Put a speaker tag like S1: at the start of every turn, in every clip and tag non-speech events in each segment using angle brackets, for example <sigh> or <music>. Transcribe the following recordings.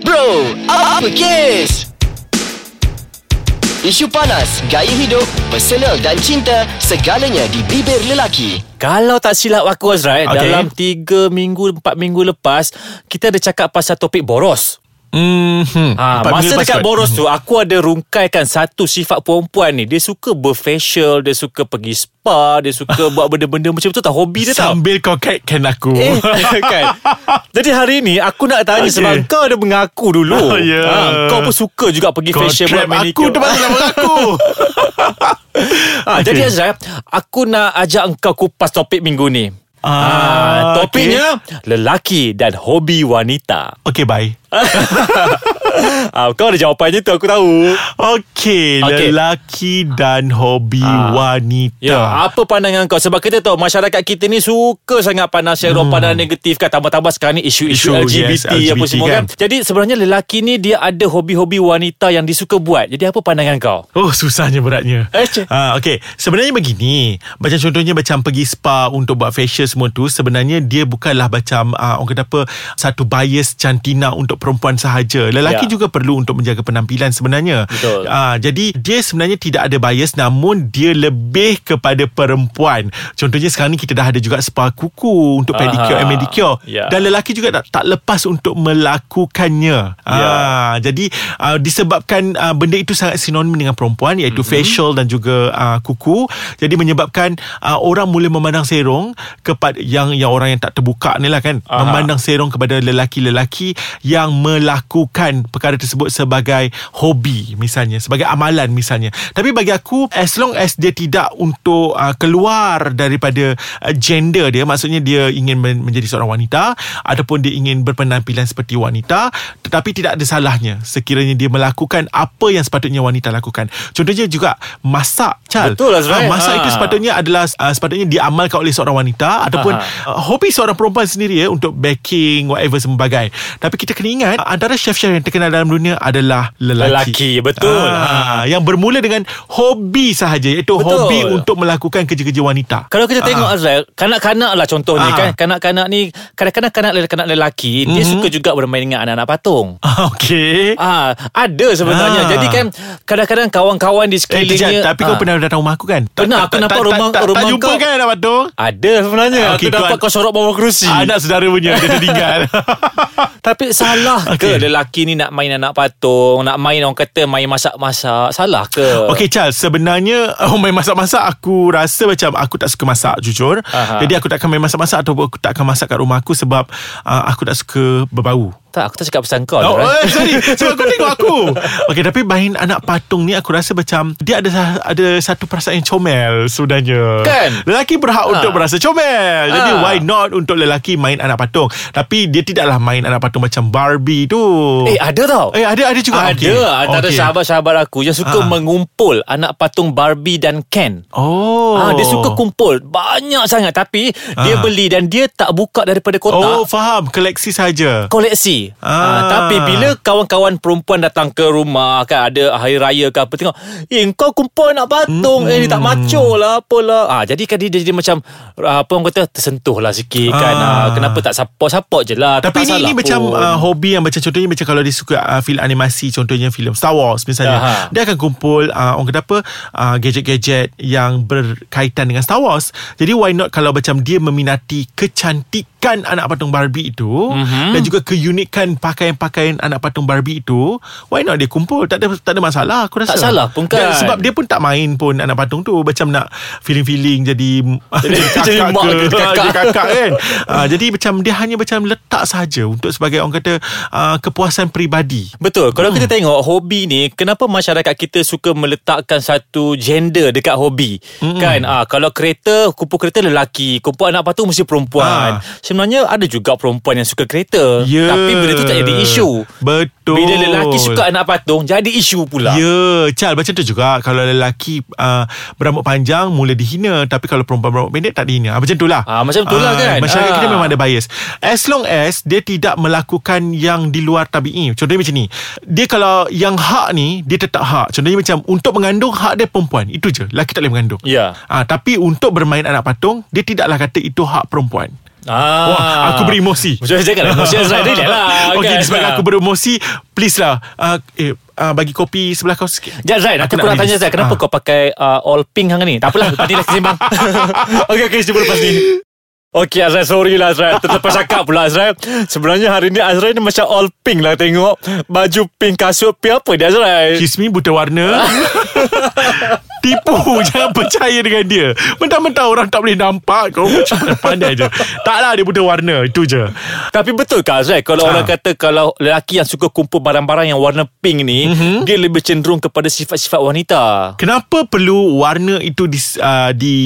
S1: Bro, apa kes? Isu panas, gaya hidup, personal dan cinta, segalanya di bibir lelaki.
S2: Kalau tak silap aku Azrael
S3: Okay.
S2: okay. Dalam 3 minggu 4 minggu lepas Kita ada cakap pasal topik boros
S3: Mm-hmm.
S2: ha, Masa dekat boros tu Aku ada rungkaikan Satu sifat perempuan ni Dia suka berfacial Dia suka pergi spa Dia suka buat benda-benda macam tu tau Hobi dia tau
S3: Sambil kau kaitkan aku
S2: Eh, <laughs> kan? Jadi hari ni aku nak tanya okay.
S3: Okay.
S2: sebab kau ada mengaku dulu. Ah,
S3: Oh, <laughs> ya.
S2: kau pun suka juga pergi
S3: <laughs>
S2: eh,
S3: Kau
S2: facial buat
S3: trap aku
S2: manicure.
S3: Dia baru nama
S2: <laughs>
S3: aku
S2: Ha,
S3: Okay.
S2: Ah, Jadi Azrael, aku nak ajak engkau kupas topik minggu ni. Ah, topiknya lelaki dan hobi
S3: <laughs>
S2: wanita.
S3: Okay, okay bye
S2: ah, kau ada jawapannya tu aku tahu. Okay.
S3: Okay, okay. lelaki dan hobi
S2: Ah.
S3: wanita.
S2: Ya, apa pandangan kau? Sebab kita tahu masyarakat kita ni suka sangat pandang share hmm. pandangan negatif kan. Tambah-tambah sekarang ni isu-isu
S3: Isu,
S2: LGBT, apa
S3: yes, LGBT
S2: semua kan.
S3: kan.
S2: Jadi sebenarnya lelaki ni dia ada hobi-hobi wanita yang disuka buat. Jadi apa pandangan kau?
S3: Oh susahnya beratnya
S2: Eh, cik.
S3: ha, Okay Sebenarnya begini Macam contohnya Macam pergi spa Untuk buat facial semua tu Sebenarnya dia bukanlah macam uh, Orang kata apa Satu bias cantina Untuk perempuan sahaja Lelaki
S2: Ya.
S3: yeah. juga perlu Untuk menjaga penampilan sebenarnya
S2: Betul.
S3: Ah, Jadi dia sebenarnya Tidak ada bias Namun dia lebih Kepada perempuan Contohnya sekarang ni Kita dah ada juga spa kuku Untuk
S2: Aha.
S3: pedicure and manicure
S2: Ya.
S3: Dan lelaki juga tak, tak lepas Untuk melakukannya
S2: Ya.
S3: Ah, Ah, jadi uh, disebabkan uh, benda itu sangat sinonim dengan perempuan iaitu mm-hmm. facial dan juga uh, kuku. Jadi menyebabkan uh, orang mula memandang serong kepada yang yang orang yang tak terbuka ni lah kan.
S2: Aha.
S3: Aha. Memandang serong kepada lelaki-lelaki yang melakukan perkara tersebut sebagai hobi misalnya, sebagai amalan misalnya. Tapi bagi aku as long as dia tidak untuk uh, keluar daripada uh, gender dia, maksudnya dia ingin men- menjadi seorang wanita ataupun dia ingin berpenampilan seperti wanita tetapi tidak ada salahnya sekiranya dia melakukan apa yang sepatutnya wanita lakukan. Contohnya juga masak, Chal.
S2: Betul, Azrael.
S3: Ah, masak
S2: Ha.
S3: ha. itu sepatutnya adalah uh, sepatutnya diamalkan oleh seorang wanita ataupun
S2: Aha.
S3: uh, hobi seorang perempuan sendiri ya untuk baking whatever sebagai. Tapi kita kena ingat uh, antara chef-chef yang terkenal dalam dunia adalah
S2: Lelaki,
S3: lelaki.
S2: betul. Ha.
S3: Ah, yang bermula dengan hobi sahaja iaitu
S2: Betul.
S3: hobi untuk melakukan kerja-kerja wanita.
S2: Kalau kita tengok Azrael Kanak-kanak lah contohnya
S3: Ah. Mhm.
S2: kan Kanak-kanak ni Kadang-kadang kanak-kanak lelaki Dia suka juga bermain dengan anak-anak patung
S3: <laughs> Ah, Okey.
S2: Ah, ada sebenarnya.
S3: Ah.
S2: Jadi kan kadang-kadang kawan-kawan di
S3: Eh,
S2: sekelilingnya
S3: kejap. Tapi kau
S2: ah,
S3: pernah datang rumah aku kan? Tak-
S2: Pernah,
S3: tak-
S2: aku
S3: tak-
S2: nampak
S3: tak- tak-
S2: rumah-
S3: tak-
S2: rumah
S3: Tak jumpa
S2: kau.
S3: kan Abang Tung?
S2: ada sebenarnya.
S3: Ah,
S2: Okay,
S3: okey,
S2: aku dapat
S3: tuan- Ah,
S2: kau sorok bawah kerusi.
S3: Anak saudara punya Dia tertinggal
S2: <laughs> Tapi salah okay. ke
S3: Okey.
S2: lelaki ni nak main anak patung, nak main orang kata main masak-masak? Salah ke?
S3: Okay Charles Sebenarnya oh, Main masak-masak Aku rasa macam Aku tak suka masak Jujur
S2: Aha.
S3: Jadi aku tak akan main masak-masak Atau aku tak akan masak kat rumah aku Sebab uh, Aku tak suka berbau
S2: Tak, aku tak cakap pasal kau.
S3: Oh,
S2: Azrael.
S3: eh, sorry Sebab kau tengok aku <laughs> Okay tapi main anak patung ni Aku rasa macam Dia ada sa- ada satu perasaan yang comel Sebenarnya
S2: Kan?
S3: Lelaki berhak
S2: Ha.
S3: untuk berasa comel Jadi
S2: Ha.
S3: why not Untuk lelaki main anak patung Tapi dia tidaklah main anak patung Macam Barbie tu
S2: Eh, ada tau.
S3: Eh ada ada juga
S2: Ada
S3: Okey.
S2: antara
S3: Okey.
S2: sahabat-sahabat aku yang suka
S3: Ah.
S2: mengumpul anak patung Barbie dan Ken.
S3: Oh.
S2: Ah, dia suka kumpul banyak sangat tapi dia
S3: Ah.
S2: beli dan dia tak buka daripada kotak.
S3: Oh, faham. Koleksi saja.
S2: koleksi. Ah.
S3: Ah.
S2: tapi bila kawan-kawan perempuan datang ke rumah kan ada hari raya ke apa tengok, "Eh kau kumpul nak patung, mm. eh ni tak
S3: Hmm.
S2: maco lah apalah." Ah jadi kan dia jadi macam ah, apa orang kata tersentuh lah sikit ah. kan.
S3: Ah.
S2: Ah, kenapa tak support-support je lah.
S3: Tapi
S2: tak salah
S3: ini, ini macam
S2: pun.
S3: uh, hobi yang macam contohnya macam kalau dia suka uh, filem animasi contohnya filem Star Wars misalnya
S2: Aha.
S3: dia akan kumpul uh, orang kata apa uh, gadget-gadget yang berkaitan dengan Star Wars. Jadi why not kalau macam dia meminati kecantikan anak patung Barbie itu
S2: Mhm.
S3: mm-hmm. dan juga keunikan pakaian-pakaian anak patung Barbie itu why not dia kumpul tak ada tak ada masalah aku rasa.
S2: Tak salah pun kan.
S3: Dan sebab dia pun tak main pun anak patung tu macam nak feeling-feeling jadi
S2: <laughs>
S3: jadi <laughs> kakak
S2: Jadi mak ke
S3: <laughs>
S2: kakak.
S3: Jadi kakak kan Ah, Jadi macam Dia hanya macam letak saja Untuk sebagai orang kata ah, Kepuasan peribadi
S2: Betul. Kalau
S3: Hmm.
S2: kita tengok hobi ni, kenapa masyarakat kita suka meletakkan satu gender dekat hobi? Kan? Ah, kalau kereta, kumpul kereta lelaki, kumpul anak patung mesti perempuan.
S3: Ah.
S2: Sebenarnya ada juga perempuan yang suka kereta.
S3: Ya.
S2: Tapi benda tu tak jadi isu.
S3: Betul
S2: Bila lelaki suka anak patung, jadi isu pula.
S3: Ya Cal macam tu juga Kalau lelaki uh, Berambut panjang Mula dihina Tapi kalau perempuan berambut pendek Tak dihina Ah, Macam tu lah
S2: Ah, macam tu lah
S3: Ah,
S2: kan?
S3: Masyarakat
S2: Ah.
S3: kita memang ada bias As long as Dia tidak melakukan Yang di luar tabi'i Contohnya macam ni Dia kalau Yang hak ni Dia tetap hak Contohnya macam Untuk mengandung Hak dia perempuan Itu je Lelaki tak boleh mengandung
S2: Ya.
S3: Ah, tapi untuk bermain anak patung, dia tidaklah kata itu hak perempuan.
S2: Ah.
S3: Wah, aku beremosi.
S2: Macam saya cakap lah,
S3: <laughs>
S2: emotional rider je lah.
S3: Okay,
S2: kan?
S3: sebab aku beremosi, please lah. Uh, eh, uh, bagi kopi sebelah kau sikit.
S2: Jad Zaid, aku,
S3: nak
S2: kurang tanya
S3: release.
S2: Zaid Kenapa
S3: Ah.
S2: kau pakai uh, all pink hang ni? Tak apalah, lepas ni lah
S3: <laughs>
S2: kesimbang Okay, okay, jumpa lepas ni Okay Azrael sorry lah Azrael Terlepas cakap pula Azrael Sebenarnya hari ni Azrael ni macam all pink lah tengok Baju pink kasut pink apa dia Azrael
S3: Kiss me buta warna Tipu <laughs> Jangan percaya dengan dia Mentang-mentang orang tak boleh nampak Kau cuma pandai je Taklah dia buta warna Itu je
S2: Tapi betul ke Azrael Kalau
S3: Ah.
S2: orang kata Kalau lelaki yang suka kumpul barang-barang yang warna pink ni
S3: Mhm.
S2: Dia lebih cenderung kepada sifat-sifat wanita
S3: Kenapa perlu warna itu di, uh, di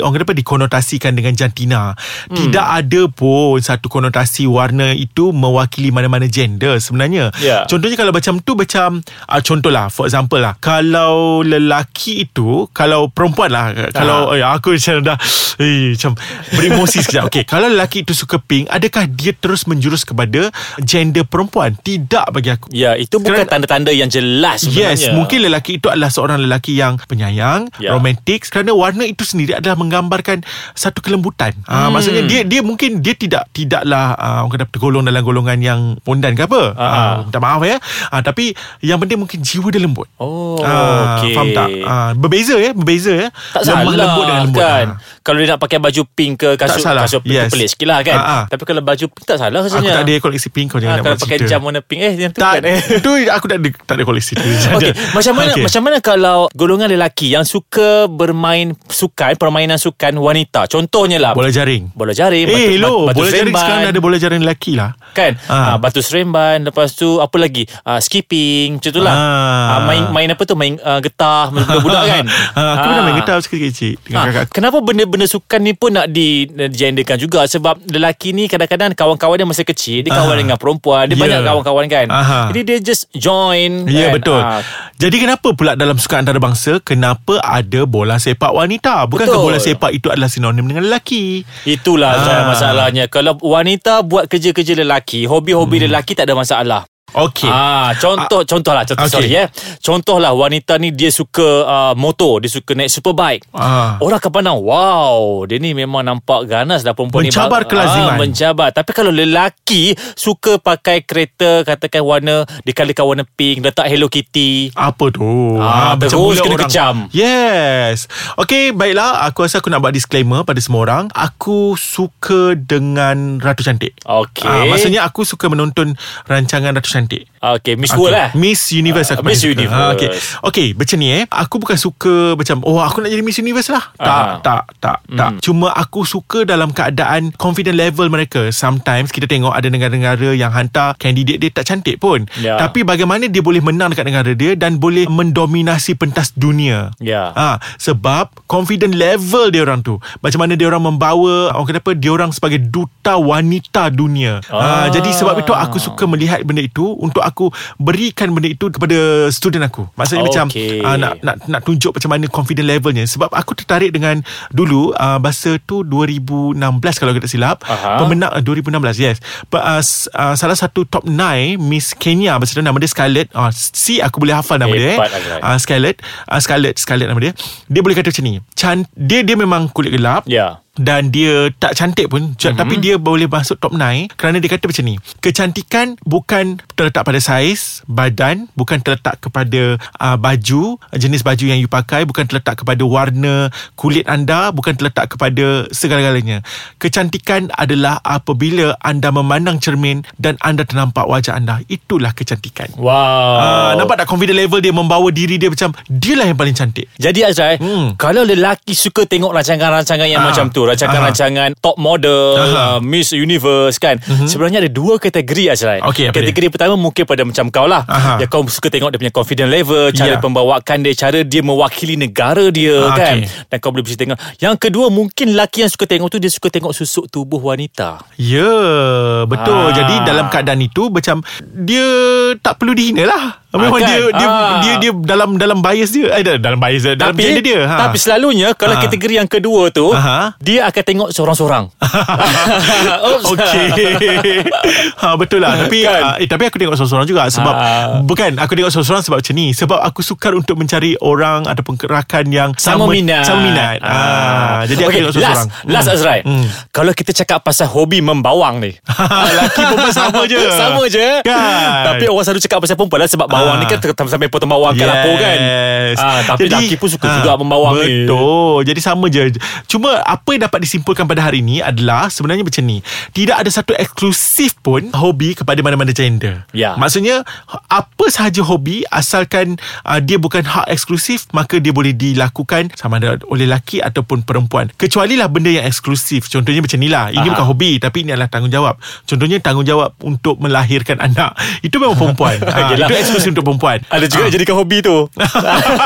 S3: orang kata apa dikonotasikan dengan jantina? Tidak ada pun satu konotasi warna itu mewakili mana-mana gender sebenarnya.
S2: Ya.
S3: Contohnya kalau macam tu macam uh, contohlah for example lah kalau lelaki itu kalau perempuan lah kalau eh, aku macam dah eh, macam beremosi sekejap. Okey, kalau lelaki itu suka pink, adakah dia terus menjurus kepada gender perempuan? Tidak bagi aku.
S2: Ya itu bukan tanda-tanda yang jelas
S3: Yes,
S2: sebenarnya
S3: mungkin lelaki itu adalah seorang lelaki yang penyayang,
S2: Ya.
S3: yeah. romantik kerana warna itu sendiri adalah menggambarkan satu kelembutan. Ah hmm. maksudnya dia dia mungkin dia tidak tidaklah uh, orang kata tergolong dalam golongan yang pondan ke apa. Ah
S2: Ah.
S3: minta maaf ya. Ah tapi yang penting mungkin jiwa dia lembut.
S2: Oh,
S3: Ah,
S2: okey.
S3: Faham tak? Ah berbeza ya, berbeza ya.
S2: Tak salah
S3: lembut dengan lembut.
S2: kan
S3: Ah.
S2: Kalau dia nak pakai baju pink ke Kasut,
S3: Tak salah,
S2: kasut pink yes.
S3: yes.
S2: pelik sikit lah kan
S3: Ah, ah.
S2: Tapi kalau baju pink tak salah
S3: Aku
S2: rasanya
S3: tak ada koleksi pink kau
S2: Ah,
S3: jangan nak
S2: Kalau
S3: buat
S2: pakai
S3: cerita.
S2: jam warna pink Eh yang tu
S3: tak,
S2: kan eh.
S3: <laughs> tu aku tak ada tak ada koleksi tu.
S2: <laughs> Okey, macam mana okay. macam mana kalau golongan lelaki yang suka bermain sukan, permainan sukan wanita. Contohnya lah
S3: bola jaring.
S2: bola jaring,
S3: Eh,
S2: batu,
S3: hello,
S2: batu
S3: bola jaring
S2: seremban,
S3: sekarang ada bola jaring lelaki lah.
S2: kan? Ah.
S3: Ah.
S2: batu seremban, lepas tu apa lagi? Ah, skipping, macam tu lah.
S3: Ah.
S2: Ah, main main apa tu? Main ah, getah
S3: <laughs>
S2: budak-budak kan?
S3: ha, Aku pernah main getah Sekecil-kecil Dengan
S2: Ha,
S3: kakak aku
S2: kenapa benda-benda sukan ni pun nak di, digenderkan juga sebab lelaki ni kadang-kadang kawan-kawan dia masa kecil dia kawan
S3: Aha.
S2: dengan perempuan dia
S3: Ya.
S2: banyak kawan-kawan kan
S3: Aha.
S2: jadi dia just join kan?
S3: Ya betul
S2: Ah,
S3: Jadi kenapa pula Dalam sukan antarabangsa Kenapa ada bola sepak wanita Bukankah
S2: Betul.
S3: bola sepak itu Adalah sinonim dengan lelaki
S2: Itulah Zai,
S3: Ah.
S2: masalahnya Kalau wanita buat kerja-kerja lelaki Hobi-hobi hmm. lelaki tak ada masalah
S3: Okay
S2: Ah, contoh contohlah contoh
S3: Okay.
S2: okay. sorry eh. Contohlah wanita ni dia suka uh, motor, dia suka naik superbike.
S3: Ah.
S2: Orang akan pandang, wow, dia ni memang nampak ganas dah perempuan
S3: Mencabar
S2: ni. Bang-
S3: kelaziman.
S2: Ah, mencabar. Tapi kalau lelaki suka pakai kereta katakan warna dikalikan warna pink, letak Hello Kitty.
S3: Apa tu?
S2: Ah,
S3: macam
S2: terus
S3: mula
S2: kena kecam.
S3: Yes. Okay, baiklah. Aku rasa aku nak buat disclaimer pada semua orang. Aku suka dengan Ratu Cantik.
S2: Okey.
S3: Ah, maksudnya aku suka menonton rancangan Ratu Cantik.
S2: Okay, Miss World lah.
S3: Miss Universe
S2: Ah,
S3: aku
S2: Miss
S3: paling suka.
S2: Universe.
S3: Ah, okay. okay, macam ni eh. Aku bukan suka macam, oh aku nak jadi Miss Universe lah. Tak,
S2: Ah.
S3: tak, tak, tak. Cuma aku suka dalam keadaan confident level mereka. Sometimes kita tengok ada negara-negara yang hantar kandidat dia tak cantik pun.
S2: Ya.
S3: Tapi bagaimana dia boleh menang dekat negara dia dan boleh mendominasi pentas dunia.
S2: Ya.
S3: Ha, sebab confident level dia orang tu. Macam mana dia orang membawa orang kata apa dia orang sebagai duta wanita dunia.
S2: Ah.
S3: Ah. Ha, jadi sebab itu aku suka melihat benda itu untuk aku berikan benda itu kepada student aku. Maksudnya okay. macam
S2: Okey.
S3: ah, nak nak nak tunjuk macam mana confident levelnya sebab aku tertarik dengan dulu ah, bahasa tu 2016 kalau aku tak silap.
S2: Aha.
S3: Pemenang ah, 2016 yes. Pe- ah, s- ah, salah satu top 9 Miss Kenya bahasa dia nama dia Scarlett. Ah, si aku boleh hafal nama dia. eh.
S2: Hebat, Azrai.
S3: Ah, Scarlett uh, Scarlett Scarlett nama dia dia boleh kata macam ni Can, dia dia memang kulit gelap
S2: Ya.
S3: dan dia tak cantik pun mm-hmm. tapi dia boleh masuk top 9 kerana dia kata macam ni kecantikan bukan terletak pada saiz badan bukan terletak kepada uh, baju jenis baju yang you pakai bukan terletak kepada warna kulit anda bukan terletak kepada segala-galanya kecantikan adalah apabila anda memandang cermin dan anda ternampak wajah anda itulah kecantikan
S2: Wow.
S3: Ah, nampak tak confident level dia membawa diri dia macam dialah yang paling cantik.
S2: Jadi Azrai hmm.
S3: Hmm.
S2: Kalau lelaki suka tengok Rancangan-rancangan yang
S3: Ah.
S2: macam tu Rancangan-rancangan Top model uh,
S3: Aha. Mhm.
S2: Miss Universe kan Sebenarnya ada dua kategori Azrai
S3: Okey, apa
S2: Kategori pertama mungkin pada macam kau lah
S3: Aha.
S2: Yang kau suka tengok dia punya confident level Cara
S3: Ya.
S2: pembawaan dia Cara dia mewakili negara dia
S3: Ah,
S2: kan
S3: okey.
S2: Dan kau boleh bisa tengok Yang kedua mungkin lelaki yang suka tengok tu Dia suka tengok susuk tubuh wanita
S3: Ya, betul.
S2: Ah.
S3: Jadi dalam keadaan itu macam dia tak perlu dihina lah.
S2: Ah,
S3: Memang
S2: kan?
S3: dia, dia,
S2: Ah.
S3: dia dia dalam dalam bias dia. Eh dalam bias dia. Dalam
S2: tapi
S3: gender dia. Ha. <laughs>
S2: tapi selalunya kalau
S3: Ha.
S2: kategori yang kedua tu
S3: Aha.
S2: dia akan tengok
S3: <laughs>
S2: seorang-seorang. <laughs> Oops.
S3: Okey.
S2: <laughs>
S3: ha betul lah tapi
S2: Kan?
S3: kan? eh, tapi aku tengok seorang-seorang juga sebab
S2: Ah.
S3: bukan aku tengok seorang-seorang sebab macam ni sebab aku sukar untuk mencari orang ataupun rakan yang
S2: sama, minat.
S3: Sama minat. Ah. jadi aku
S2: Okay,
S3: tengok seorang-seorang.
S2: Last, last Azrai.
S3: Hmm.
S2: Kalau kita cakap pasal hobi membawang
S3: <laughs>
S2: ni.
S3: Laki perempuan sama je.
S2: <laughs> Sama je.
S3: Kan?
S2: Tapi orang selalu cakap pasal perempuan lah sebab bawang
S3: Ah.
S2: ni kan ter- sampai potong bawang yes. kan kan.
S3: Yes.
S2: Ah, tapi Jadi, laki pun suka
S3: ah,
S2: juga membawang
S3: betul.
S2: ni.
S3: Betul. Jadi sama je. Cuma apa yang dapat disimpulkan pada hari ni adalah sebenarnya macam ni. Tidak ada satu eksklusif pun hobi kepada mana-mana gender.
S2: Ya.
S3: Maksudnya apa sahaja hobi asalkan uh, dia bukan hak eksklusif maka dia boleh dilakukan sama ada oleh lelaki ataupun perempuan. Kecuali lah benda yang eksklusif. Contohnya macam ni lah. Ini
S2: Aha.
S3: bukan hobi tapi ini adalah tanggungjawab. Contohnya tanggungjawab untuk melahirkan <laughs> anak. Itu memang
S2: <laughs>
S3: perempuan. Ah,
S2: Yelah.
S3: itu eksklusif untuk perempuan.
S2: lah. Ada juga
S3: Ah.
S2: nak jadikan hobi tu.
S3: <laughs>
S2: <laughs>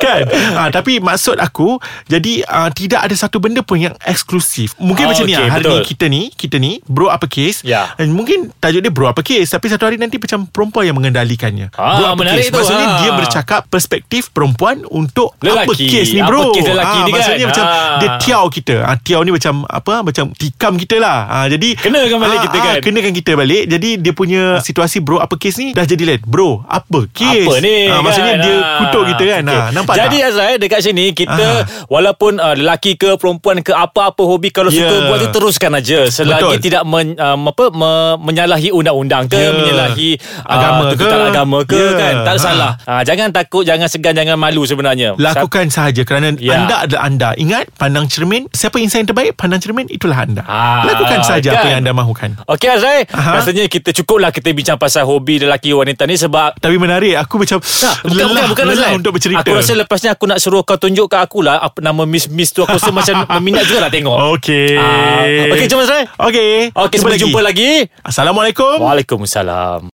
S3: kan ha, Tapi maksud aku Jadi uh, Tidak ada satu benda pun Yang eksklusif Mungkin
S2: Ah,
S3: macam ni
S2: okey,
S3: lah Hari
S2: betul.
S3: ni kita ni Kita ni Bro apa kes
S2: Ya.
S3: Dan Mungkin tajuk dia bro apa kes Tapi satu hari nanti Macam perempuan yang mengendalikannya
S2: Ah,
S3: Bro apa
S2: menarik
S3: kes
S2: tu,
S3: Maksudnya
S2: ah.
S3: dia bercakap Perspektif perempuan Untuk apa
S2: Lelaki,
S3: kes ni
S2: apa
S3: bro
S2: kes lelaki
S3: Ah,
S2: ni kan?
S3: Maksudnya macam
S2: Ah.
S3: Dia tiaw kita ha, Tiaw ni macam Apa Macam tikam kita lah ha, Jadi
S2: Kenakan balik
S3: Ah,
S2: kita
S3: ah,
S2: kan? Ah.
S3: Kenakan kita balik Jadi dia punya Situasi bro apa kes ni Dah jadi lain Bro apa kes
S2: Apa ni
S3: Ah,
S2: kan?
S3: Maksudnya dia
S2: Ah.
S3: kutuk kita kan
S2: Okey.
S3: okay. Nampak
S2: Jadi
S3: tak?
S2: Azrai dekat sini Kita
S3: Ah.
S2: walaupun uh, lelaki ke perempuan ke Apa-apa hobi Kalau yeah. suka
S3: Yeah.
S2: buat tu teruskan aja Selagi
S3: Ya. Betul.
S2: tidak men, um, apa, me, menyalahi undang-undang ke
S3: Yeah.
S2: Menyalahi
S3: Agama
S2: uh, tuntutan
S3: ke?
S2: agama ke
S3: Yeah.
S2: kan Tak
S3: Ah.
S2: salah uh, Jangan takut Jangan segan Jangan malu sebenarnya
S3: Lakukan sahaja kerana
S2: Ya.
S3: anda adalah anda. Ingat, pandang cermin. Siapa insan yang terbaik, pandang cermin, itulah anda.
S2: Ah,
S3: Lakukan sahaja apa
S2: kan?
S3: yang anda mahukan.
S2: Okey Azrai
S3: Aha.
S2: Rasanya kita cukup lah Kita bincang pasal hobi lelaki wanita ni Sebab
S3: Tapi menarik, aku macam
S2: Tak, bukan,
S3: lelah,
S2: bukan, bukan
S3: lelah
S2: Azlan.
S3: untuk bercerita.
S2: Aku rasa lepas ni aku nak suruh kau tunjuk kat aku lah apa nama miss-miss tu aku rasa
S3: <laughs>
S2: macam minat juga nak tengok.
S3: Okey.
S2: Ah, okey, jom, Azrai.
S3: Okey.
S2: Okey, sampai jumpa lagi.
S3: Assalamualaikum.
S2: Waalaikumsalam.